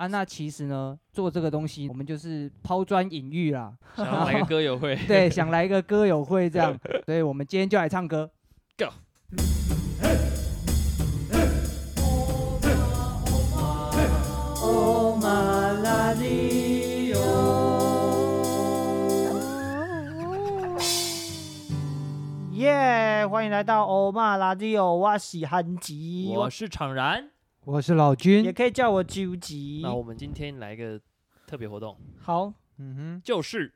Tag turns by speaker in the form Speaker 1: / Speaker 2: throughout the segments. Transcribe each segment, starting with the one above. Speaker 1: 啊，那其实呢，做这个东西我们就是抛砖引玉 啦，
Speaker 2: 想要来个歌友会，
Speaker 1: 对，想来一个歌友会这 样，所以我们今天就来唱歌。Go。耶！欢迎来到
Speaker 3: Oh,
Speaker 1: 欧玛拉迪欧，我是韩吉，
Speaker 2: 我是常然。
Speaker 1: 我是老君，
Speaker 3: 也可以叫我究极
Speaker 2: 那。我们今天来个特别活动，
Speaker 3: 好，
Speaker 1: 嗯
Speaker 2: 就是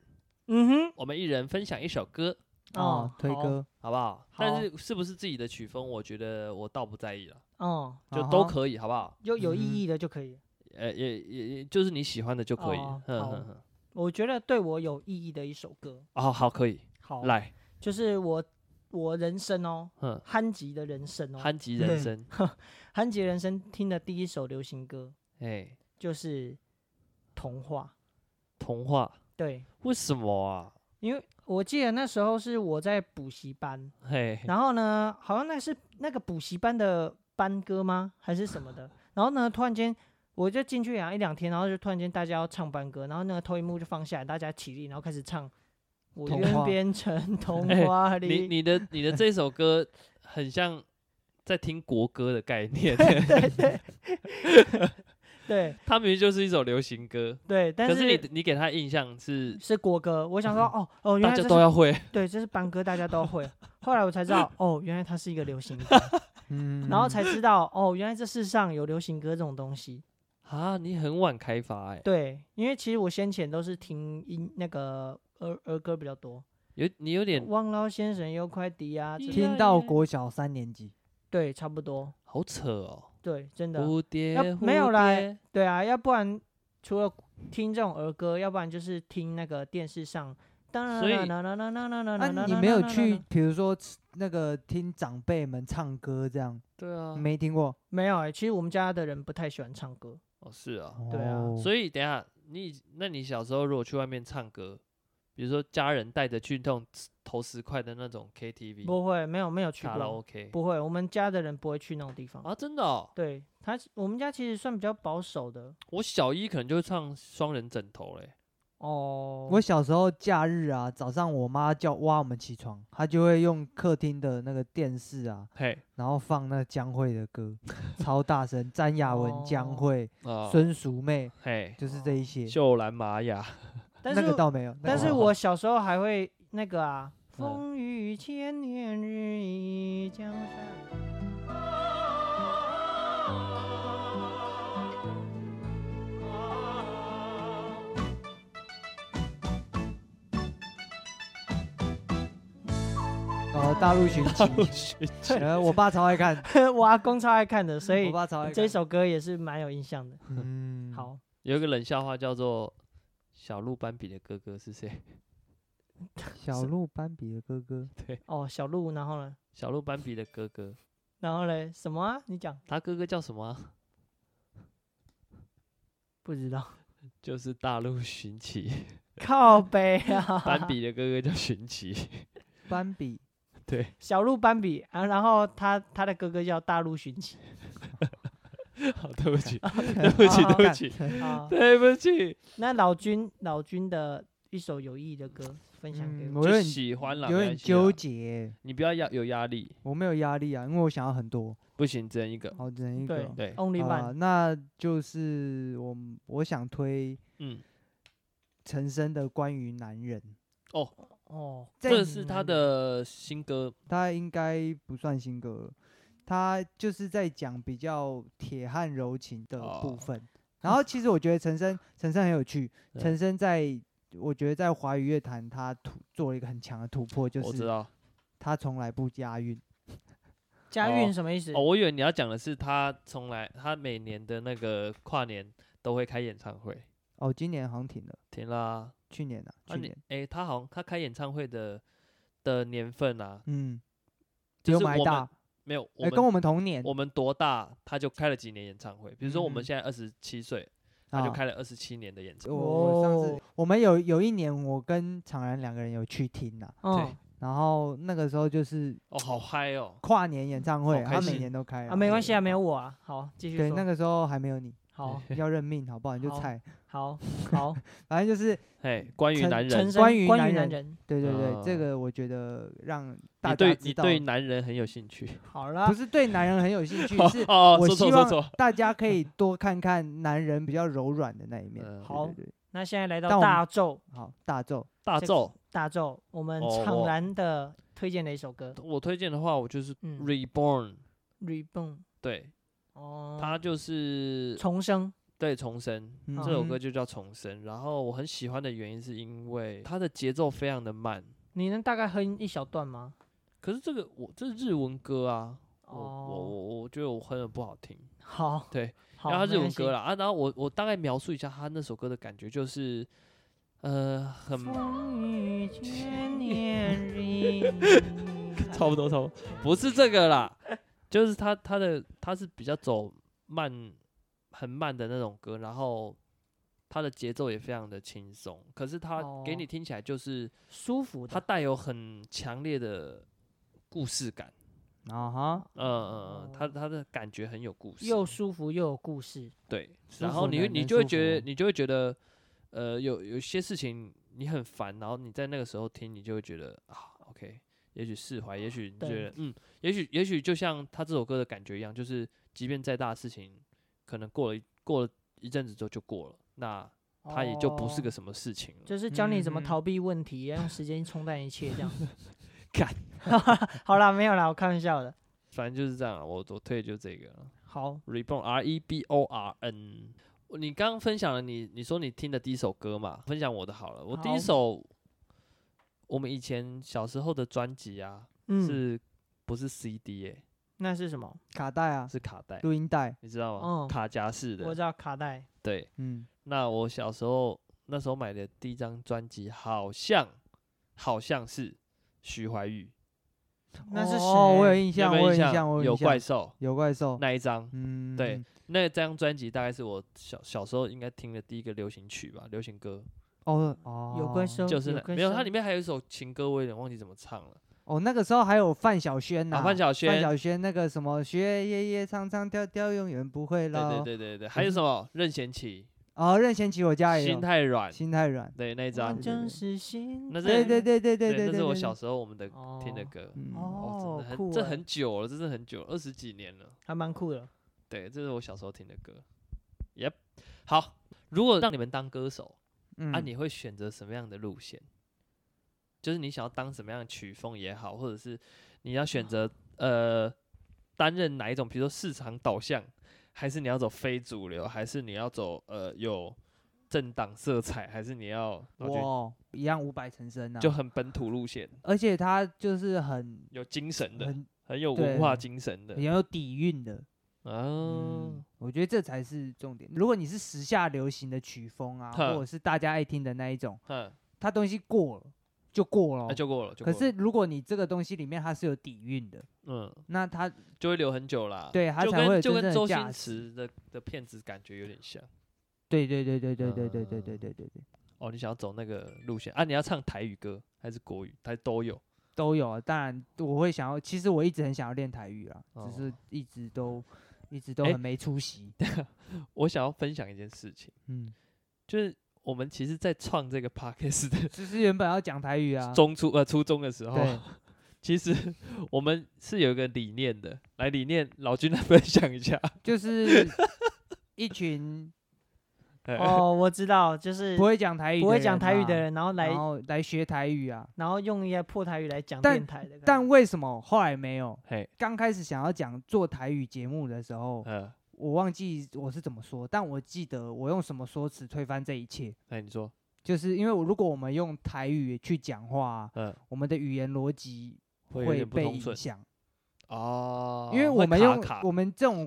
Speaker 3: 嗯
Speaker 2: 我们一人分享一首歌，
Speaker 1: 哼，哦，推
Speaker 3: 好
Speaker 1: 歌，
Speaker 2: 好不好？
Speaker 3: 好
Speaker 2: 但是是不是自己的曲风，我觉得我倒不在意了，
Speaker 3: 哼，哦，
Speaker 2: 就
Speaker 1: 啊
Speaker 2: 都
Speaker 1: 哈
Speaker 2: 可以，好不好？
Speaker 3: 有有
Speaker 1: 嗯
Speaker 3: 意义的就可以。
Speaker 2: 呃，也也也就是你喜欢的就可以。
Speaker 3: 哦
Speaker 2: 哼哼
Speaker 3: 好
Speaker 2: 哼
Speaker 3: 我觉得对我有意义的一首歌，
Speaker 2: 哦，好，可以，
Speaker 3: 好，
Speaker 2: 来，
Speaker 3: 就是我我人生哦，
Speaker 2: 哼，
Speaker 3: 憨吉的人生哦，
Speaker 2: 憨吉人生，
Speaker 3: 憨吉人生听的第一首流行歌
Speaker 2: 哎，
Speaker 3: 就是《童话
Speaker 2: 童话，》，
Speaker 3: 对，
Speaker 2: 为什么啊？
Speaker 3: 因为我记得那时候是我在补习班，
Speaker 2: 嘿，
Speaker 3: 然后呢，好像那是那个补习班的班歌吗？还是什么 的？然后呢，突然间我就进去好啊像一两天，然后就突然间大家要唱班歌，然后那个投影幕就放下来，大家起立，然后开始唱《我
Speaker 1: 童
Speaker 3: 愿
Speaker 1: 话
Speaker 3: 变成童
Speaker 2: 哎
Speaker 3: 话
Speaker 2: 你
Speaker 3: 里》
Speaker 2: 你的你的这首歌 很像在听国歌的概念，
Speaker 3: 对
Speaker 2: 它明明就是一首流行歌，
Speaker 3: 对，但
Speaker 2: 可
Speaker 3: 是
Speaker 2: 是你你给他印象是
Speaker 3: 是国歌，我想说，哦哦，原
Speaker 2: 大
Speaker 3: 来
Speaker 2: 家
Speaker 3: 这
Speaker 2: 都
Speaker 3: 是
Speaker 2: 要会，
Speaker 3: 对，这是班歌，大家都会。后来我才知道，哦，原来它是一个流行歌，
Speaker 1: 嗯
Speaker 3: 然后才知道，哦，原来这世上有流行歌这种东西。
Speaker 2: 啊，你很晚开发哎、
Speaker 3: 对，因为其实我先前都是听音那个儿儿歌比较多，
Speaker 2: 有你有点
Speaker 3: 王老先生有快递啊，这
Speaker 2: 咦
Speaker 3: 种
Speaker 1: 听到国小三年级，
Speaker 3: 对，差不多，
Speaker 2: 好扯哦，
Speaker 3: 对，真的，
Speaker 2: 蝴蝶、
Speaker 3: 要没有啦
Speaker 2: 蝴蝶
Speaker 3: 对啊，要不然除了听这种儿歌，要不然就是听那个电视上，当然
Speaker 2: 所以
Speaker 3: 啦啦啦啦啦啦
Speaker 1: 那
Speaker 3: 啦啦
Speaker 1: 啊你
Speaker 3: 啦
Speaker 1: 没有
Speaker 3: 啦啦
Speaker 1: 去
Speaker 3: 啦，
Speaker 1: 比如说那个听长辈们唱歌这样，
Speaker 2: 对啊，
Speaker 1: 没听过？
Speaker 3: 没有哎、其实我们家的人不太喜欢唱歌，
Speaker 2: 哦是啊，
Speaker 3: 对啊
Speaker 1: 哦
Speaker 2: 所以等一下你那你小时候如果去外面唱歌，比如说家人带着去那种投十块的那种 KTV
Speaker 3: 不会，没有没有去
Speaker 2: 嗯卡拉
Speaker 3: 过，
Speaker 2: OK
Speaker 3: 不会，我们家的人不会去那种地方。
Speaker 2: 啊，真的、哦，
Speaker 3: 对他，我们家其实算比较保守的
Speaker 2: 我小一可能就会唱双人枕头嘞，
Speaker 3: 哦。
Speaker 1: 我小时候假日啊，早上我妈叫挖我们起床，她就会用客厅的那个电视啊，
Speaker 2: 嘿，
Speaker 1: 然后放那江蕙的歌，超大声，詹雅
Speaker 3: 哦
Speaker 1: 文、江蕙、
Speaker 2: 啊、
Speaker 1: 孙淑妹，
Speaker 2: 嘿，
Speaker 1: 就是这一些。
Speaker 2: 秀兰玛雅，
Speaker 3: 但
Speaker 1: 那
Speaker 3: 是
Speaker 1: 个倒没有，那
Speaker 3: 但
Speaker 1: 个
Speaker 3: 是
Speaker 1: 倒
Speaker 3: 我小时候还会那个啊，
Speaker 2: 嗯
Speaker 3: 风雨千年日忆江山。
Speaker 1: 哦大陆寻
Speaker 2: 大陆
Speaker 1: 奇，
Speaker 2: 寻
Speaker 1: 呃，我爸超爱看，
Speaker 3: 我阿公超爱看的，所
Speaker 1: 我
Speaker 3: 以
Speaker 1: 爸超爱看
Speaker 3: 这首歌也是蛮有印象的。
Speaker 1: 嗯，
Speaker 3: 好，
Speaker 2: 有一个冷笑话叫做“小鹿斑比的哥哥是谁
Speaker 1: 小鹿斑比的哥哥，
Speaker 3: 哦，小鹿，然后呢？”？
Speaker 2: 小鹿斑比的哥哥，
Speaker 3: 然后嘞，什么啊？你讲
Speaker 2: 他哥哥叫什么 啊？
Speaker 3: 不知道？
Speaker 2: 就是大陆寻奇，
Speaker 3: 靠背啊，
Speaker 2: 斑比的哥哥叫 寻奇。
Speaker 1: 斑 比，
Speaker 2: 对，
Speaker 3: 小鹿斑比啊，然后他他的哥哥叫大陆 寻奇
Speaker 2: 好，对不起， 对不起，对不起，
Speaker 3: 啊。
Speaker 2: 对不起，
Speaker 3: 那老君老君的一首有意义的歌分享给
Speaker 1: 嗯，
Speaker 3: 我。
Speaker 1: 我有
Speaker 2: 就
Speaker 1: 点
Speaker 2: 喜欢了，
Speaker 1: 有
Speaker 2: 没
Speaker 1: 点
Speaker 2: 关系啦
Speaker 1: 纠，结，
Speaker 2: 你不要压有压力，
Speaker 1: 我没有压力啊，因为我想要很多，
Speaker 2: 不行，只能一个。
Speaker 1: 好，只能一个
Speaker 3: 对
Speaker 1: 哦。
Speaker 2: 对，
Speaker 3: Only
Speaker 1: 好
Speaker 3: One
Speaker 1: 啦。那就是我我想推
Speaker 2: 嗯，
Speaker 1: 陈升的关于男人，
Speaker 3: 哦，
Speaker 1: 在
Speaker 2: 这是
Speaker 1: 你
Speaker 2: 他
Speaker 1: 男
Speaker 2: 的新歌，
Speaker 1: 他应该不算新歌了，他就是在讲比较铁汉柔情的
Speaker 2: 哦
Speaker 1: 部分。然后其实我觉得陈升，陈升很有趣，
Speaker 2: 对
Speaker 1: 陈升在我觉得在华语乐坛他突做了一个很强的突破，就
Speaker 2: 我知
Speaker 1: 是
Speaker 2: 道。
Speaker 1: 他从来不押韵。
Speaker 3: 家
Speaker 2: 哦
Speaker 3: 韵什么意思？
Speaker 2: 哦，我以为你要讲的是他从来他每年的那个跨年都会开演唱会，
Speaker 1: 哦，今年好像停了，
Speaker 2: 停啦、啊。
Speaker 1: 去年啊，去
Speaker 2: 你
Speaker 1: 年，
Speaker 2: 诶，他好像他开演唱会的的年份啊，
Speaker 1: 嗯，比
Speaker 2: 就
Speaker 1: 我
Speaker 2: 是
Speaker 1: 们还
Speaker 2: 我们
Speaker 1: 大，
Speaker 2: 没有我
Speaker 1: 哎，
Speaker 2: 们、
Speaker 1: 跟我们同年，
Speaker 2: 我们多大他就开了几年演唱会，比如说我们
Speaker 1: 嗯
Speaker 2: 现在二十七岁，他
Speaker 1: 啊
Speaker 2: 就开了二十七年的演唱会。
Speaker 1: 我我上
Speaker 3: 哦
Speaker 1: 次我们有有一年，我跟常然两个人有去听呐、
Speaker 3: 嗯，
Speaker 1: 然后那个时候就是
Speaker 2: 哦，好嗨哦！
Speaker 1: 跨年演唱会，
Speaker 2: 好开
Speaker 1: 他每
Speaker 2: 心
Speaker 1: 年都开
Speaker 3: 啊，没关
Speaker 1: 系。
Speaker 3: 系啊，没有我啊。好，继续
Speaker 1: 对，
Speaker 3: 说。
Speaker 1: 那个时候还没有你，
Speaker 3: 好
Speaker 1: 要认命好不好？你就
Speaker 3: 好
Speaker 1: 猜，
Speaker 3: 好好，
Speaker 1: 反正就是
Speaker 2: 嘿，关于
Speaker 3: 陈
Speaker 2: 男
Speaker 3: 陈
Speaker 2: 人，
Speaker 3: 生
Speaker 1: 关于
Speaker 3: 关于
Speaker 1: 男
Speaker 3: 男
Speaker 1: 人
Speaker 3: 人，
Speaker 1: 对对对，这
Speaker 2: 嗯
Speaker 1: 个我觉得让
Speaker 2: 你
Speaker 1: 大家
Speaker 2: 对
Speaker 1: 知
Speaker 2: 你
Speaker 1: 道，啊
Speaker 2: 对男人很有兴趣。
Speaker 3: 好啦
Speaker 1: 不，是对男人很有兴 趣，是
Speaker 2: 哦，
Speaker 1: 我
Speaker 2: 说错
Speaker 1: 希
Speaker 2: 说
Speaker 1: 望
Speaker 2: 错。
Speaker 1: 大家可以多看看男人比较柔软的那一面。
Speaker 2: 嗯
Speaker 1: 对
Speaker 3: 好
Speaker 1: 对对
Speaker 3: 那现在来
Speaker 1: 但
Speaker 3: 到
Speaker 1: 我们
Speaker 3: 大咒，
Speaker 1: 好，大咒
Speaker 2: 大
Speaker 3: 这
Speaker 2: 咒，
Speaker 3: 大咒，我们
Speaker 2: 哦
Speaker 3: 怅
Speaker 2: 我
Speaker 3: 然的推荐的一首歌
Speaker 2: 我推荐的话，我就是
Speaker 3: 嗯
Speaker 2: Reborn，
Speaker 3: 《Reborn》
Speaker 2: 对，
Speaker 3: 哦，
Speaker 2: 它就是
Speaker 3: 重生，
Speaker 2: 对重生，
Speaker 1: 嗯
Speaker 2: 这首歌就叫重生。然后我很喜欢的原因是因为它的节奏非常的慢，
Speaker 3: 你能大概哼一小段吗？
Speaker 2: 可是这个我这是日文歌啊，我我
Speaker 3: 哦，
Speaker 2: 我我觉得我哼的不好听，
Speaker 3: 好，
Speaker 2: 对，
Speaker 3: 好，
Speaker 2: 然后它日
Speaker 3: 没
Speaker 2: 文
Speaker 3: 关系
Speaker 2: 歌啦啊，然后我我大概描述一下他那首歌的感觉，就是呃很嗯
Speaker 3: 风雨千年里
Speaker 2: 差不多差不多，不是这个啦，就是他他的他是比较走慢很慢的那种歌，然后他的节奏也非常的轻松，可是他给你
Speaker 3: 哦
Speaker 2: 听起来就是
Speaker 3: 舒服
Speaker 2: 它
Speaker 3: 的，
Speaker 2: 带有很强烈的故事感，
Speaker 1: 啊哈，
Speaker 2: 嗯嗯，嗯它
Speaker 3: 哦
Speaker 2: 它的感觉很有故事，
Speaker 3: 又舒服又有故事，
Speaker 2: 对，
Speaker 1: 舒
Speaker 2: 然
Speaker 1: 服
Speaker 2: 后你
Speaker 1: 呢
Speaker 2: 会你
Speaker 1: 能
Speaker 2: 就会
Speaker 1: 舒
Speaker 2: 觉
Speaker 1: 服
Speaker 2: 得你就会觉得，呃，有有些事情你很烦，然后你在那个时候听，你就会觉得啊，OK，也许释怀，也许你觉
Speaker 3: 对
Speaker 2: 得嗯，也许也许就像他这首歌的感觉一样，就是即便再大的事情，可能过了一过了一阵子之后就过了，那它也就不是
Speaker 3: 哦
Speaker 2: 个什么事情了。。
Speaker 3: 就是教你怎么
Speaker 1: 嗯
Speaker 3: 逃避问题，要用时间冲淡一切，这样 子
Speaker 2: 干，
Speaker 3: 好啦，没有啦，我开玩笑的。
Speaker 2: 反正就是这样啊，我我推的就这个啊了。
Speaker 3: 好，
Speaker 2: Reborn R E B O R N。你刚刚分享了你你说你听的第一首歌嘛？分享我的好了，我第
Speaker 3: 好
Speaker 2: 一首我们以前小时候的专辑啊，
Speaker 3: 嗯，
Speaker 2: 是不是 CD 耶、
Speaker 3: 那是什么？
Speaker 1: 卡带啊，
Speaker 2: 是卡带，
Speaker 1: 录音带，
Speaker 2: 你知道吗？
Speaker 1: 哦
Speaker 3: 嗯
Speaker 2: 卡夹式
Speaker 3: 我
Speaker 2: 的。
Speaker 3: 知道卡带，
Speaker 2: 对，
Speaker 1: 嗯，
Speaker 2: 那我小时候那时候买的第一张专辑，好像好像是徐怀钰，
Speaker 3: 那是谁？
Speaker 1: 哦，我有印
Speaker 2: 你有
Speaker 1: 象，
Speaker 2: 没有
Speaker 1: 我有
Speaker 2: 印
Speaker 1: 印象，我哦有
Speaker 2: 有
Speaker 1: 印象
Speaker 2: 怪兽
Speaker 1: 有怪兽，
Speaker 2: 那一张，
Speaker 1: 嗯，
Speaker 2: 对，那张专辑大概是我小小时候应该听的第一个流行曲吧，流行歌。
Speaker 1: 哦哦，
Speaker 3: 有怪兽，
Speaker 2: 就是
Speaker 3: 有
Speaker 2: 那
Speaker 3: 怪
Speaker 2: 没有，它
Speaker 3: 兽
Speaker 2: 里面还有一首情歌，我有点忘记怎么唱了。
Speaker 1: 哦，那个时候还有范晓萱呐，
Speaker 2: 啊，范晓
Speaker 1: 范
Speaker 2: 萱，
Speaker 1: 晓萱那个什么学夜夜唱唱跳跳永远不会
Speaker 2: 对对
Speaker 1: 老，
Speaker 2: 对对对，还有什么任贤齐，
Speaker 1: 哦，任贤齐我家也
Speaker 2: 心
Speaker 1: 有，
Speaker 2: 太软，
Speaker 1: 心太软，
Speaker 2: 对那一
Speaker 3: 我
Speaker 2: 张
Speaker 1: 对，
Speaker 3: 真是心
Speaker 2: 那
Speaker 3: 疼。
Speaker 2: 是
Speaker 1: 对对对对对对，
Speaker 2: 那是
Speaker 1: 对
Speaker 2: 我
Speaker 1: 对
Speaker 2: 小时候我们的听的
Speaker 3: 哦
Speaker 2: 歌。
Speaker 1: 嗯，
Speaker 2: 哦，真
Speaker 3: 哦
Speaker 2: 的，很
Speaker 3: 酷
Speaker 2: 这
Speaker 3: 欸，
Speaker 2: 很久了，这是很久了，二十几年了。
Speaker 3: 还蛮酷的。
Speaker 2: 对，这是我小时候听的歌。Yep，好，如果让你们当歌手，啊，
Speaker 1: 嗯，
Speaker 2: 你会选择什么样的路线？就是你想要当什么样的曲风也好，或者是你要选择呃担任哪一种，比如说市场导向，还是你要走非主流，还是你要走呃有政党色彩，还是你要我觉得
Speaker 1: 哇，一样五百成身呐，
Speaker 2: 就很本土路线，
Speaker 1: 而且他就是很
Speaker 2: 有精神的，很
Speaker 1: 很
Speaker 2: 有文化
Speaker 1: 对
Speaker 2: 精神的
Speaker 1: 很有底蕴的，
Speaker 2: 啊
Speaker 1: 嗯，，我觉得这才是重点。如果你是时下流行的曲风啊，
Speaker 2: 哼
Speaker 1: 或者是大家爱听的那一种，
Speaker 2: 嗯，
Speaker 1: 它东西过了就过了哦、
Speaker 2: 那啊就过了，就
Speaker 1: 可
Speaker 2: 过了
Speaker 1: 是如果你这个东西里面它是有底蕴的，
Speaker 2: 嗯，
Speaker 1: 那它
Speaker 2: 就会留很久啦。
Speaker 1: 对它
Speaker 2: 就
Speaker 1: 才会有
Speaker 2: 跟就
Speaker 1: 真正
Speaker 2: 跟
Speaker 1: 的
Speaker 2: 周
Speaker 1: 价
Speaker 2: 星
Speaker 1: 值
Speaker 2: 驰的的片子感觉有点像。
Speaker 1: 对对对对对对对对对
Speaker 2: 嗯
Speaker 1: 对对对
Speaker 2: 哦，你想要走那个路线啊？你要唱台语歌还是国语？还都有。
Speaker 1: 都有啊。当然我会想要，其实我一直很想要练台语啦，啊
Speaker 2: 哦
Speaker 1: 只是一直都一直都
Speaker 2: 诶
Speaker 1: 很没出息。
Speaker 2: 我想要分享一件事情，
Speaker 1: 嗯，
Speaker 2: 就是我们其实，在创这个 podcast 的
Speaker 1: 只是原本要讲台语啊，
Speaker 2: 中初呃初中的时候，
Speaker 3: 哦
Speaker 1: 对，
Speaker 2: 其实 我们是有一个理念的。来，理念老君来分享一下。
Speaker 1: 就是一群
Speaker 3: 哦，我知道，就是
Speaker 1: 不会讲台语、
Speaker 3: 不会讲台语的
Speaker 1: 人嘛。
Speaker 3: 人，然后来
Speaker 1: 然后来学台语啊，
Speaker 3: 然后用一些破台语来讲
Speaker 1: 但
Speaker 3: 电台的感觉，
Speaker 1: 但为什么后来没有？
Speaker 2: 嘿，
Speaker 1: 刚开始想要讲做台语节目的时候，
Speaker 2: 嗯，
Speaker 1: 我忘记我是怎么说，但我记得我用什么说辞推翻这一切，
Speaker 2: 那你说，
Speaker 1: 就是因为我如果我们用台语去讲话，
Speaker 2: 嗯，
Speaker 1: 我们的语言逻辑
Speaker 2: 会有
Speaker 1: 会
Speaker 2: 点不
Speaker 1: 被
Speaker 2: 通
Speaker 1: 影
Speaker 2: 顺
Speaker 1: 响，
Speaker 2: 哦，
Speaker 1: 因为
Speaker 2: 会
Speaker 1: 我们用
Speaker 2: 卡卡
Speaker 1: 我们这种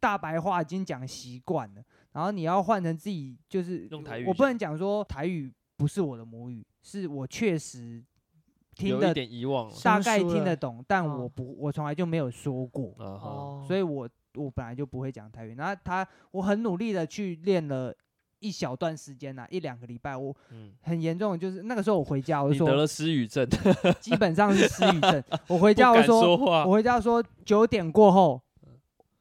Speaker 1: 大白话已经讲习惯了，然后你要换成自己就是
Speaker 2: 用台语
Speaker 1: 我不
Speaker 2: 讲
Speaker 1: 能讲说台语不是我的母语，是我确实听
Speaker 2: 有
Speaker 1: 得
Speaker 2: 一点遗忘了。
Speaker 1: 大
Speaker 3: 生
Speaker 1: 概
Speaker 3: 疏
Speaker 1: 听得
Speaker 3: 了
Speaker 1: 懂，但
Speaker 3: 嗯
Speaker 1: 我不，我从来就没有说过，
Speaker 2: 啊哈，
Speaker 3: 哦，
Speaker 1: 所 以我我本来就不会讲台语。然后他，我很努力的去练了一小段时间呐、一两个礼拜。我
Speaker 2: 嗯，
Speaker 1: 很严重，的就是那个时候我回家，我
Speaker 2: 你
Speaker 1: 就
Speaker 2: 得
Speaker 1: 说
Speaker 2: 了失 语症，
Speaker 1: 基本上是失语 症。我回
Speaker 2: 不
Speaker 1: 家我
Speaker 2: 敢
Speaker 1: 就说，
Speaker 2: 话
Speaker 1: 我，回家说九点过后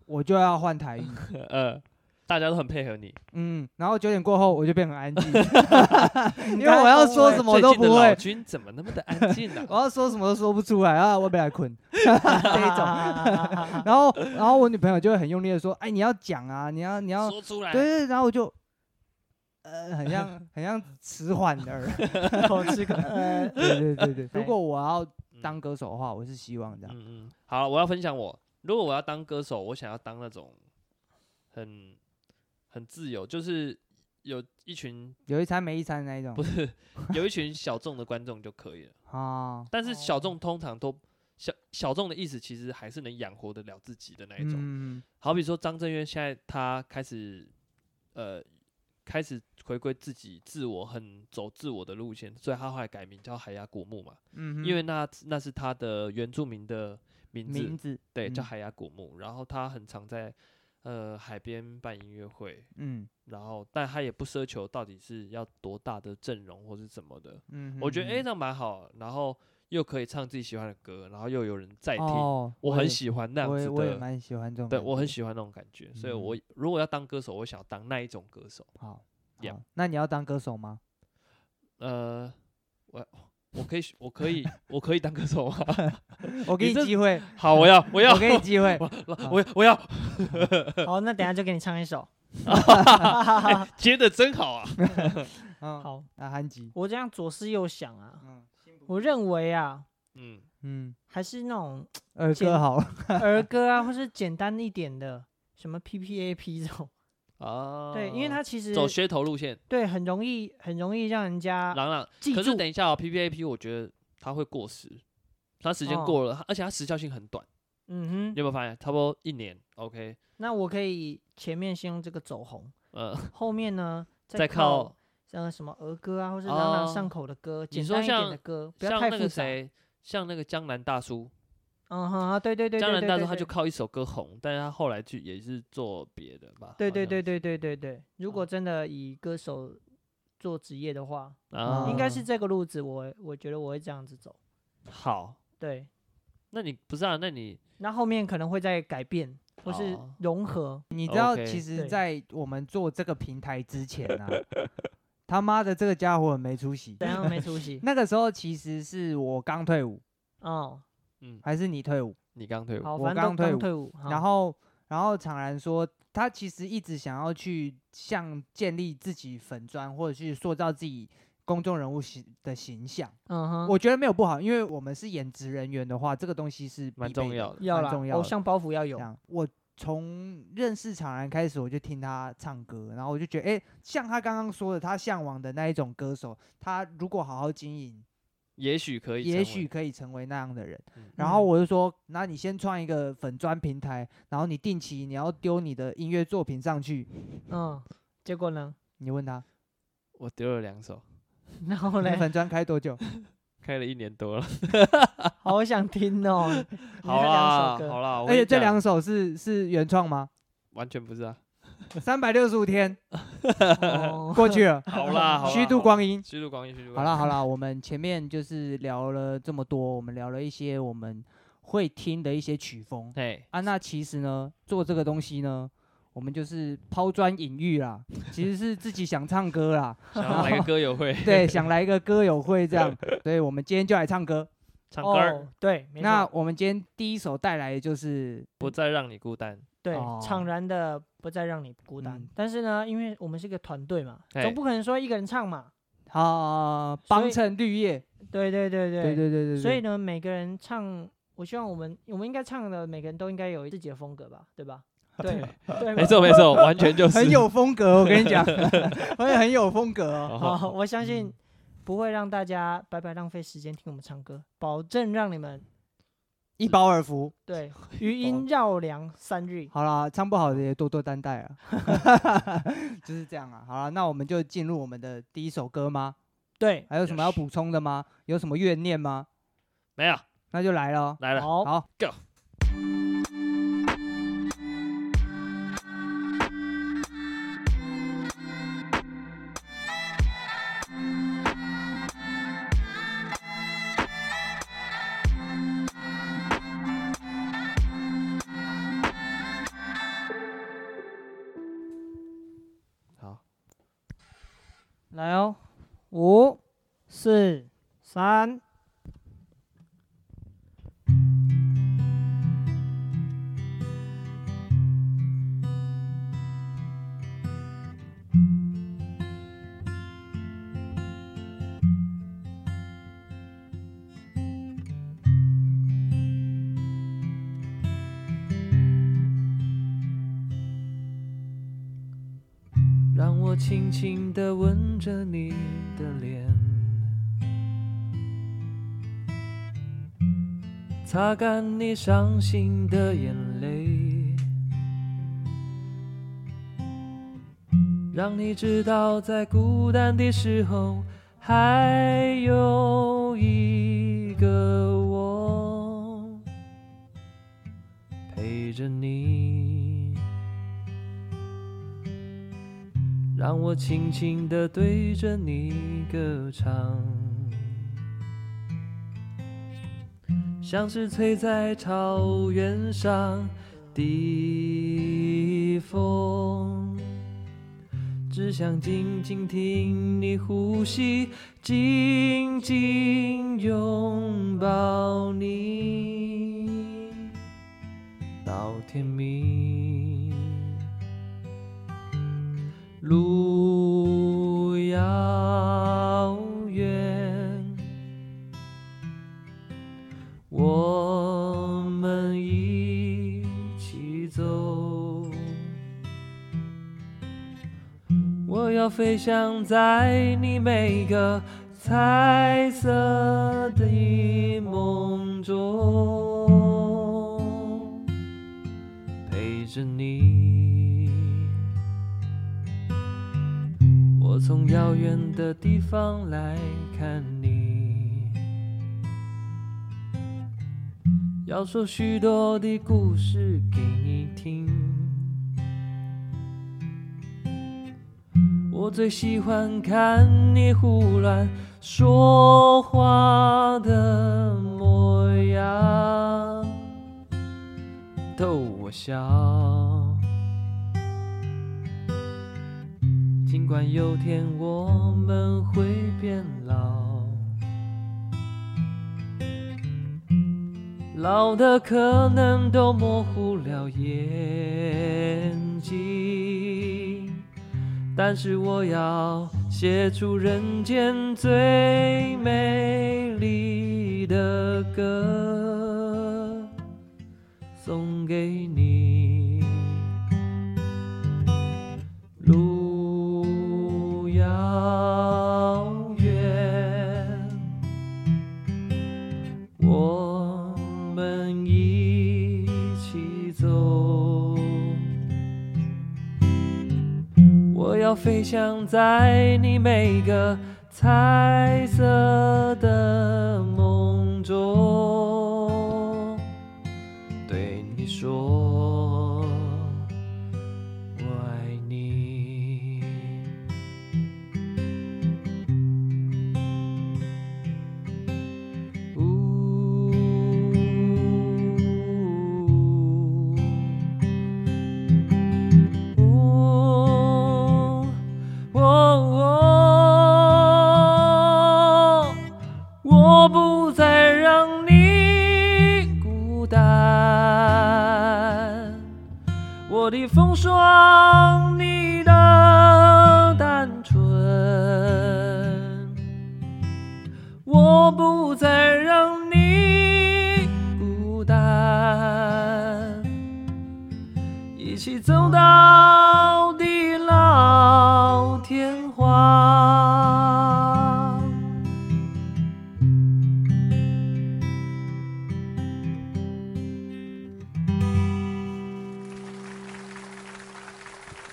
Speaker 1: 我就要换台语，
Speaker 2: 呃，大家都很配 合你，
Speaker 1: 嗯，然后九点过后我就变很安 静，因为
Speaker 3: 刚才
Speaker 1: 我要
Speaker 3: 说
Speaker 1: 说
Speaker 3: 了
Speaker 1: 什么
Speaker 2: 最
Speaker 1: 都
Speaker 2: 近的
Speaker 1: 不
Speaker 2: 老
Speaker 1: 会，
Speaker 2: 君怎么那么的安静啊 呢、
Speaker 1: 我要说什么都说不出来啊，我被来 困这一种。
Speaker 3: 种
Speaker 1: 然后，然后我女朋友就会很用力的说：“哎，你要讲啊，你要你要
Speaker 2: 说出来
Speaker 1: 对，对。”然后我就，呃，很像很像迟缓的儿，
Speaker 3: 口吃个呃，
Speaker 1: 对对对对。
Speaker 3: 对
Speaker 1: 如果我要
Speaker 2: 嗯
Speaker 1: 当歌手的话，我是希望这样。
Speaker 2: 嗯嗯，好了，我要分享我，如果我要当歌手，我想要当那种很很自由，就是有 一群
Speaker 1: 有一餐没一餐的那一种
Speaker 2: 不是有一群小众的观众就可以了。
Speaker 1: 啊，
Speaker 2: 但是小
Speaker 3: 哦
Speaker 2: 众通常都小小众的意思，其实还是能养活得了自己的那一种。
Speaker 1: 嗯，
Speaker 2: 好比说张震岳现在他开始呃开始回归自己自我，很走自我的路线，所以他后来改名叫海牙古墓嘛，
Speaker 1: 嗯哼
Speaker 2: 因为那那是他的原住民的名字，
Speaker 1: 名字，
Speaker 2: 对，
Speaker 1: 嗯
Speaker 2: 叫海牙古墓。然后他很常在呃海边办音乐会，
Speaker 1: 嗯
Speaker 2: 然后但他也不奢求到底是要多大的阵容或是什么的，
Speaker 1: 嗯，
Speaker 2: 我觉得
Speaker 1: 嗯
Speaker 2: 诶，这样蛮好，然后又可以唱自己喜欢的歌，然后又有人在听，
Speaker 1: 哦，
Speaker 2: 我很
Speaker 1: 也
Speaker 2: 喜欢那样
Speaker 1: 我也
Speaker 2: 子
Speaker 1: 我也
Speaker 2: 的。
Speaker 1: 蛮喜欢这种
Speaker 2: 对，
Speaker 1: 感觉，嗯
Speaker 2: 我很喜欢那种感觉，所以我如果要当歌手，我想要当那一种歌手。
Speaker 1: 好。
Speaker 2: Yeah
Speaker 1: 好那你要当歌手吗？
Speaker 2: 呃，我我可以，我可以，我可以当歌手吗？
Speaker 1: 我给
Speaker 2: 你
Speaker 1: 你
Speaker 2: 这
Speaker 1: 机会，
Speaker 2: 好，我要，我要，
Speaker 1: 我给你机会。
Speaker 2: 我我要，
Speaker 3: 好，那等一下就给你唱一首。
Speaker 2: 哎接的真好啊！
Speaker 1: 嗯，
Speaker 3: 好，
Speaker 1: 那韩吉，
Speaker 3: 我这样左思右想啊，
Speaker 1: 嗯
Speaker 3: 我认为啊，
Speaker 2: 嗯，
Speaker 1: 嗯，
Speaker 3: 还是那种
Speaker 1: 儿歌
Speaker 3: 简
Speaker 1: 好了，
Speaker 3: 儿歌啊，或是简单一点的，什么 P P A P 这种。
Speaker 2: 啊，
Speaker 3: 对，因为它其实
Speaker 2: 走噱头路线，
Speaker 3: 对很容易，很容易让人家
Speaker 2: 朗朗。
Speaker 3: 啊记
Speaker 2: 可是
Speaker 3: 住。
Speaker 2: 等一下哦，P P A P，我觉得它会过时，它时间
Speaker 3: 哦
Speaker 2: 过了，它而且它时效性很短。
Speaker 3: 嗯
Speaker 2: 你有
Speaker 3: 哼，
Speaker 2: 没有发现？差不多一年，OK，
Speaker 3: 那我可以前面先用这个走红，
Speaker 2: 呃，
Speaker 3: 后面呢
Speaker 2: 再
Speaker 3: 靠
Speaker 2: 靠
Speaker 3: 呃什么儿歌啊，或是朗朗
Speaker 2: 哦
Speaker 3: 上口的歌，简
Speaker 2: 说
Speaker 3: 单一点
Speaker 2: 像
Speaker 3: 的歌，不要
Speaker 2: 像
Speaker 3: 太
Speaker 2: 那
Speaker 3: 复
Speaker 2: 个
Speaker 3: 杂。
Speaker 2: 谁，像那个江南大叔，
Speaker 3: 嗯哼啊，对对对对
Speaker 2: 江
Speaker 3: 对
Speaker 2: 南大
Speaker 3: 对
Speaker 2: 叔
Speaker 3: 对，
Speaker 2: 他就靠一首歌红，但是他后来去也是做别的吧？
Speaker 3: 对对
Speaker 2: 好像
Speaker 3: 对对对对对，如果
Speaker 2: 啊
Speaker 3: 真的以歌手做职业的话，
Speaker 2: 啊，
Speaker 3: 应该是这个路子，我我觉得我会这样子走。
Speaker 2: 好。
Speaker 3: 对，
Speaker 2: 那你不是啊？那你
Speaker 3: 那后面可能会再改变或是
Speaker 2: 哦
Speaker 3: 融合。
Speaker 1: 你知道，
Speaker 2: OK
Speaker 1: 其实，
Speaker 3: 对
Speaker 1: 在我们做这个平台之前啊，他妈的这个家伙很没出息
Speaker 3: 怎。样没出息？
Speaker 1: 那个时候其实是我刚退伍，
Speaker 3: 哦，
Speaker 2: 嗯，
Speaker 1: 还是你退伍？
Speaker 2: 你刚退伍，
Speaker 3: 好，
Speaker 1: 我
Speaker 3: 反正
Speaker 1: 刚
Speaker 3: 都
Speaker 1: 退
Speaker 3: 刚
Speaker 1: 伍
Speaker 3: 退伍，
Speaker 2: 嗯
Speaker 1: 然
Speaker 3: 后
Speaker 1: 后，然后坦然说，他其实一直想要去向建立自己粉砖，或者去塑造自己公众人物形的形象。
Speaker 3: 嗯哼，
Speaker 1: 我觉得没有不好，因为我们是演职人员的话，这个东西是
Speaker 2: 蛮
Speaker 1: 必备
Speaker 2: 重
Speaker 1: 的
Speaker 2: 要的。
Speaker 3: 要
Speaker 1: 蛮
Speaker 3: 啦
Speaker 1: 重，要
Speaker 3: 偶
Speaker 1: 的
Speaker 3: 像包袱要有
Speaker 1: 这。样，我从认识常然开始，我就听他唱歌，然后我就觉得，哎、像他刚刚说的，他向往的那一种歌手，他如果好好经营，
Speaker 2: 也许可以成为，
Speaker 1: 也许可以成为那样的人。
Speaker 2: 嗯
Speaker 1: 然后
Speaker 3: 嗯
Speaker 1: 我就说，那你先创一个粉砖平台，然后你定期你要丢你的音乐作品上去。
Speaker 3: 嗯，结果呢？
Speaker 1: 你问他，
Speaker 2: 我丢了两首，
Speaker 3: 然后
Speaker 1: 你
Speaker 3: 嘞
Speaker 1: 的，粉砖开多久？
Speaker 2: 开了一年多了。
Speaker 3: 好想听 哦。你
Speaker 2: 好啦，
Speaker 3: 那两首歌，
Speaker 2: 好啦，
Speaker 1: 而
Speaker 2: 我跟
Speaker 1: 且
Speaker 2: 你
Speaker 1: 这
Speaker 2: 讲
Speaker 1: 两首是是原创吗？
Speaker 2: 完全不是 啊。
Speaker 1: 三百六十五 天
Speaker 3: 哦
Speaker 1: 过去了，
Speaker 2: 好啦， 好啦
Speaker 1: 虚度，光阴
Speaker 2: 好啦。虚度光阴，虚度
Speaker 1: 好
Speaker 2: 光阴。
Speaker 1: 啦好啦，我们前面就是聊了这么多，我们聊了一些我们会听的一些曲风
Speaker 2: 嘿，
Speaker 1: 啊。那其实呢，做这个东西呢，我们就是抛砖引玉啦，其实是自己想唱歌啦，
Speaker 2: 想要来个歌友 会，
Speaker 1: 对，想来一个歌友会这样，所以我们今天就来唱歌。
Speaker 2: 唱歌儿，
Speaker 3: 哦，对，没
Speaker 1: 那
Speaker 3: 错
Speaker 1: 我们今天第一首带来的就是
Speaker 2: 不再让你孤单。
Speaker 3: 对
Speaker 1: 哦，
Speaker 3: 怅然的不再让你孤单
Speaker 1: 嗯。
Speaker 3: 但是呢，因为我们是个团队嘛，
Speaker 2: 嘿
Speaker 3: 总不可能说一个人唱嘛。
Speaker 1: 啊，帮衬绿叶，
Speaker 3: 对对对对
Speaker 1: 对对对对对，
Speaker 3: 所以呢，每个人唱，我希望我们我们应该唱的，每个人都应该有自己的风格吧，对吧？ 对对吧，
Speaker 2: 没错没错，完全就是
Speaker 1: 很有风格，我跟你 讲，我也很有风格哦。
Speaker 3: 啊好，
Speaker 2: 哦。
Speaker 3: 我相
Speaker 1: 嗯
Speaker 3: 信不会让大家白白浪费时间听我们唱歌，保证让你们
Speaker 1: 一饱耳福，
Speaker 3: 对余
Speaker 4: 哦
Speaker 3: 音绕梁三日。
Speaker 1: 好啦，唱不好的也多多担待啊， 就是这样啊。好了，那我们就进入我们的第一首歌吗？
Speaker 3: 对，
Speaker 1: 还有什么要补充的吗？有什么怨念吗？
Speaker 2: 没有
Speaker 1: 那就来了。
Speaker 2: 来了，
Speaker 3: 好，
Speaker 1: 好
Speaker 2: Go
Speaker 3: 来哦，五、四、三。
Speaker 4: 让我轻轻地吻着你的脸，擦干你伤心的眼泪，让你知道在孤单的时候还有一个我陪着你。让我轻轻地对着你歌唱，像是吹在草原上的风，只想静静听你呼吸，紧紧拥抱你，到天明。路遥远，我们一起走。我要飞翔在你每个彩色的梦中，陪着你。我从遥远的地方来看你，要说许多的故事给你听。我最喜欢看你胡乱说话的模样，逗我笑。尽管有天我们会变老，老的可能都模糊了眼睛，但是我要写出人间最美丽的歌，送给你。路遥远，我们一起走。我要飞翔在你每个彩色的梦中，对你说。我爱你。呜呜哦哦我不再让你孤单。我的风霜，你的单纯，我不再让你孤单，一起走到地老天荒。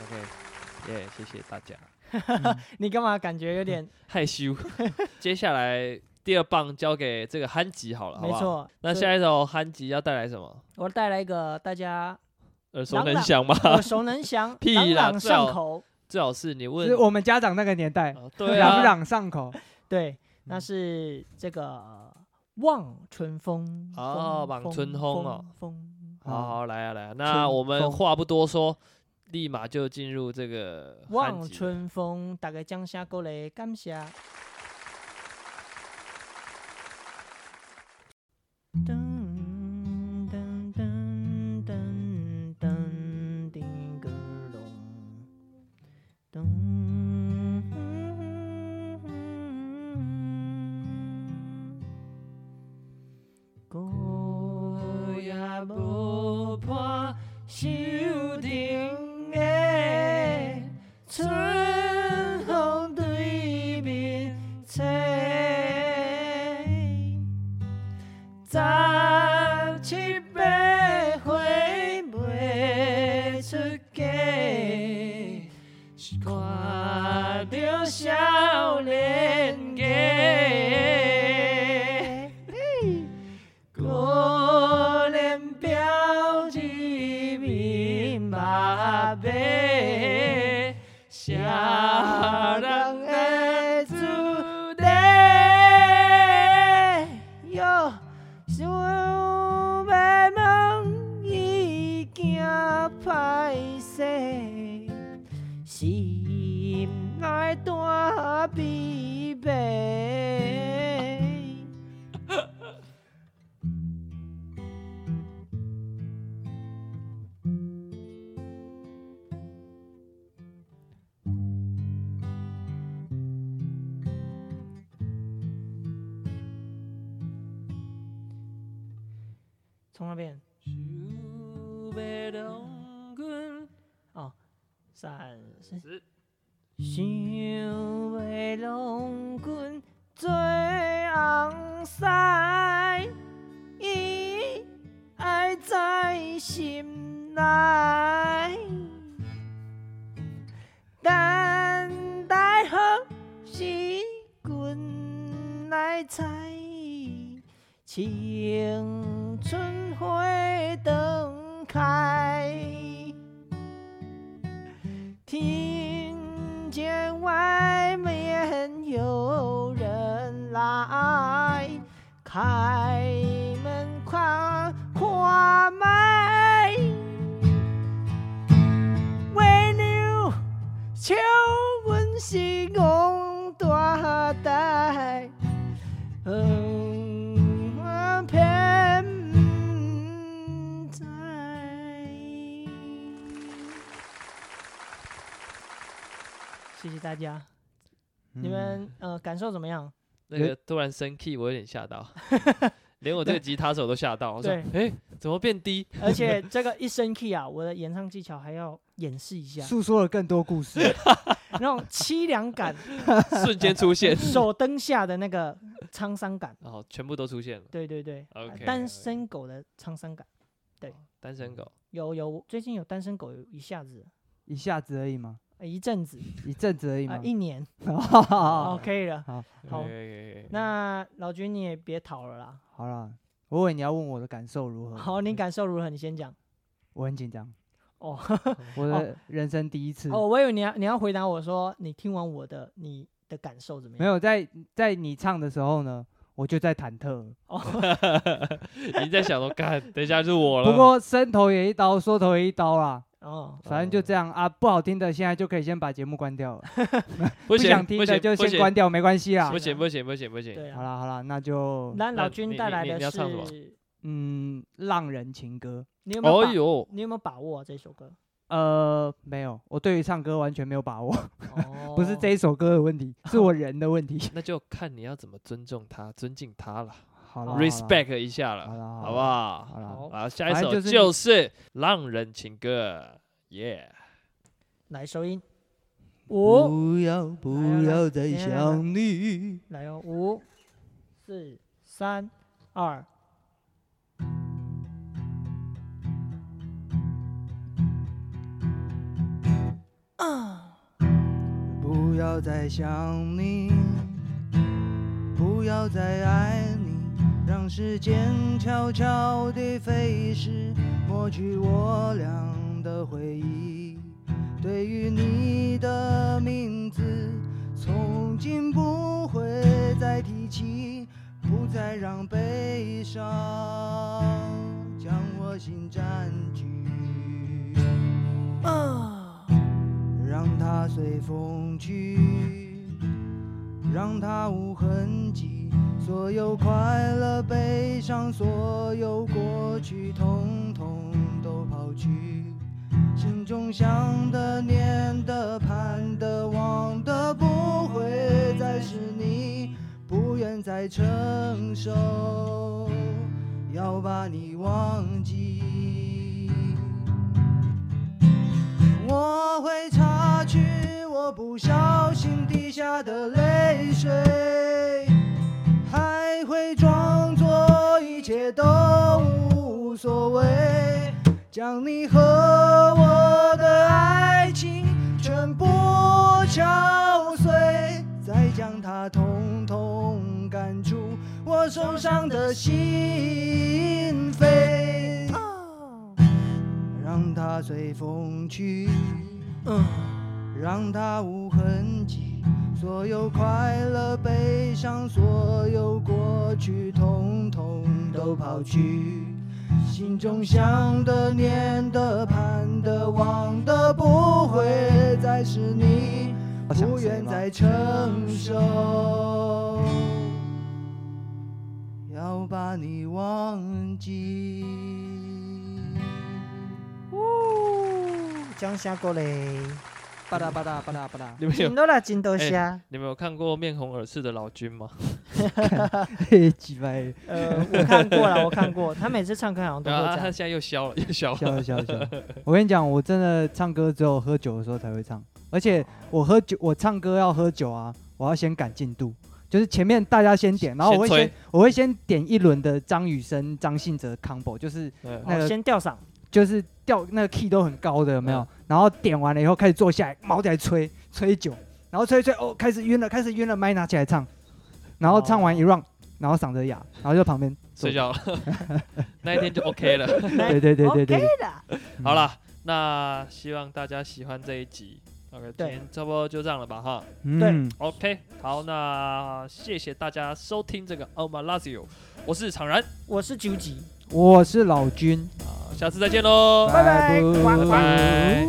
Speaker 4: OK，耶、谢谢大家。
Speaker 3: 你干嘛感觉有点？
Speaker 4: 害羞。接下来第二棒交给这个憨吉 好了，好
Speaker 3: 没
Speaker 4: 不好？
Speaker 3: 错。
Speaker 4: 那
Speaker 3: 所以
Speaker 4: 下一首憨吉要带来什么？
Speaker 3: 我带来一个大 家
Speaker 4: 耳熟
Speaker 3: 朗
Speaker 4: 能
Speaker 3: 朗
Speaker 4: 详吗？
Speaker 3: 耳熟能详、
Speaker 4: 屁
Speaker 3: 朗
Speaker 4: 啦
Speaker 3: 朗
Speaker 4: 最
Speaker 3: 上
Speaker 4: 好
Speaker 3: 口。
Speaker 4: 最好是你问
Speaker 1: 是。我们家长那个年代，
Speaker 4: 哦对
Speaker 1: 朗
Speaker 4: 啊，
Speaker 1: 朗上口。
Speaker 3: 对，那
Speaker 1: 嗯
Speaker 3: 是这个《望春风》
Speaker 4: 哦望春风哦
Speaker 3: 风，风
Speaker 4: 好
Speaker 1: 好
Speaker 4: 好来啊来啊。
Speaker 3: 嗯春
Speaker 4: 那我们
Speaker 3: 风
Speaker 4: 话不多说，
Speaker 2: 立马就进入这个旱
Speaker 3: 望
Speaker 2: 季
Speaker 3: 春风，大家江虾过来，感谢。噔噔噔噔噔，叮个咚，噔。孤也无伴，手顶的。春风对面吹，十七八岁袂出嫁，是看着少年家。可怜标志面麻白，谁人的子弟哟？想要问已经歹势，心内大悲悲。从那边哦，三四
Speaker 2: 十
Speaker 3: 想要浪滚做红狮，伊爱在心内，等待何时君来采？青春花长开，听见外面有人来，开门快快卖，为了笑阮是戆大呆。嗯，我偏不知。谢谢大家，
Speaker 2: 嗯
Speaker 3: 你们呃感受怎么样？
Speaker 2: 那
Speaker 1: 有
Speaker 2: 个突然升 key，我有点 吓到，连我这个吉他手都吓到。我说
Speaker 3: 对：“
Speaker 2: 哎、怎么变低
Speaker 3: 而且这个一升 key 啊，我的演唱技巧还要演示一下，
Speaker 1: 嗯诉说了更多故事，
Speaker 3: 那种凄 凉感、？”
Speaker 2: 瞬间出现，
Speaker 3: 手灯下的那个沧桑感。
Speaker 2: 然后全部都出现了。
Speaker 3: 对对对呃
Speaker 2: OK，
Speaker 3: 单身狗的沧桑感对
Speaker 2: 单身狗，
Speaker 3: 有有，最近有单身狗有一下子、
Speaker 1: 一下子而已 嘛，
Speaker 3: 呃一阵子
Speaker 1: 一阵子而已
Speaker 3: 啊、
Speaker 1: 嘛。
Speaker 3: 一年、
Speaker 1: 好
Speaker 3: 哦，可以了。好
Speaker 2: 可以可以可以
Speaker 3: 那老君你也别逃了啦。
Speaker 1: 了，我以为你要问我的感受如何，
Speaker 3: 好，你感受如何？你先讲。
Speaker 1: 我很紧张，
Speaker 3: 哦
Speaker 1: 我的人生第一次。
Speaker 3: 哦，我以为你要你要回答我说你听完我的你的感受怎么样？
Speaker 1: 没有在在你唱的时候呢，我就在忐忑了。
Speaker 3: 哦
Speaker 2: 已经在想说，干，等一下就是我了。
Speaker 1: 不过伸头也一刀，缩头也一刀啦，
Speaker 3: 哦，
Speaker 1: 反正就这样啊。不好听的现在就可以先把节目关掉了，
Speaker 2: 不行
Speaker 1: 想
Speaker 2: 不
Speaker 1: 听
Speaker 2: 行
Speaker 1: 的就
Speaker 2: 不
Speaker 1: 先
Speaker 2: 行
Speaker 1: 关掉，没关系啦
Speaker 2: 不。行不行不行不行，
Speaker 3: 对
Speaker 1: 好
Speaker 3: 啊。
Speaker 1: 啦好啦，那就
Speaker 3: 那老
Speaker 2: 那
Speaker 3: 君
Speaker 2: 你
Speaker 3: 带
Speaker 2: 你
Speaker 3: 来
Speaker 2: 你你
Speaker 3: 的
Speaker 2: 要
Speaker 3: 是
Speaker 2: 唱什么
Speaker 1: 嗯，浪人情歌。
Speaker 3: 你有没有把
Speaker 2: 哦呦，
Speaker 3: 你有没有把握啊这首歌？
Speaker 1: 呃，没有，我对于唱歌完全没有把握，
Speaker 3: 哦，
Speaker 1: 不是这一首歌的问题，是我人的问题。
Speaker 2: 那就看你要怎么尊重他，尊敬他了
Speaker 1: 好啦好啦
Speaker 2: ，respect 一下了，
Speaker 1: 好啦
Speaker 2: 好不
Speaker 1: 啦
Speaker 2: 好？
Speaker 1: 好啦，
Speaker 3: 好
Speaker 2: 好，下一
Speaker 1: 反正
Speaker 2: 首
Speaker 1: 就是你
Speaker 2: 就是《浪人情歌》，耶！
Speaker 3: 来收音。五
Speaker 1: 要
Speaker 3: 来来来来来
Speaker 1: 你。
Speaker 3: 来哦，五四三二。
Speaker 1: 不要再想你，不要再爱你，让时间悄悄地飞逝，抹去我俩的回忆。对于你的名字，从今不会再提起，不再让悲伤将我心占据。
Speaker 3: 啊
Speaker 1: 随风去，让它无痕迹。所有快乐、悲伤，所有过去，统统都抛去。心中想的、念的、盼的、望的，不会再是你，不愿再承受，要把你忘记。我会擦去我不小心滴下的泪水，还会装作一切都无所谓，将你和我的爱情全部敲碎，再将它统统赶出我受伤的心扉。让它随风去，让它无痕迹。所有快乐、悲伤，所有过去，统统都抛去。心中想的、念的、盼的、望的，不会再是你，
Speaker 5: 好想
Speaker 1: 不
Speaker 5: 谁
Speaker 1: 愿
Speaker 5: 吗
Speaker 1: 再承受，要把你忘记。
Speaker 3: 江虾过嘞，
Speaker 5: 吧嗒吧嗒吧嗒吧嗒。
Speaker 2: 你们有
Speaker 3: 真多啦，真多
Speaker 2: 哎
Speaker 3: 虾。
Speaker 2: 你们有看过面红耳赤的老君吗？
Speaker 5: 嘿，几百，
Speaker 3: 呃，我看过了，我看过，他每次唱歌好像都
Speaker 2: 对
Speaker 3: 会
Speaker 2: 啊，
Speaker 3: 这
Speaker 2: 他
Speaker 3: 样。
Speaker 2: 现在又消了，又消了。
Speaker 5: 笑 笑笑。我跟你讲，我真的唱歌只有喝酒的时候才会唱，而且我喝酒，我唱歌要喝酒啊，我要先赶进度，就是前面大家先点，然后我会
Speaker 2: 先
Speaker 5: 先
Speaker 2: 吹
Speaker 5: 我会先点一轮的张雨生、张信哲 combo，就是
Speaker 2: 嗯
Speaker 5: 那
Speaker 3: 哦，
Speaker 5: 个
Speaker 3: 先吊嗓，
Speaker 5: 就是调那个 key 都很高的，有没有
Speaker 2: 嗯？
Speaker 5: 然后点完了以后开始坐下来，毛起来吹吹酒，然后吹一吹哦，开始晕了，开始晕了，麦拿起来唱，然后唱完一 round，然后嗓子哑，然后就旁边坐
Speaker 2: 哦睡。觉了， 那一天就 OK 了。
Speaker 5: 对对对对对
Speaker 3: OK
Speaker 5: 对，
Speaker 3: 的。
Speaker 5: 嗯
Speaker 2: 好，了，那希望大家喜欢这一集。OK，今
Speaker 3: 对
Speaker 2: 天差不多就这样了吧哈。
Speaker 5: 嗯，
Speaker 2: OK，好，那谢谢大家收听这个《o m a l a z i o 我是常然
Speaker 3: 我是九级，
Speaker 5: 我是老君，
Speaker 2: 啊，下次再见喽，
Speaker 3: 拜拜呱
Speaker 2: 拜
Speaker 3: 呱
Speaker 2: 拜。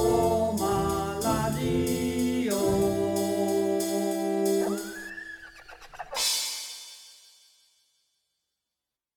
Speaker 1: Oh my lady.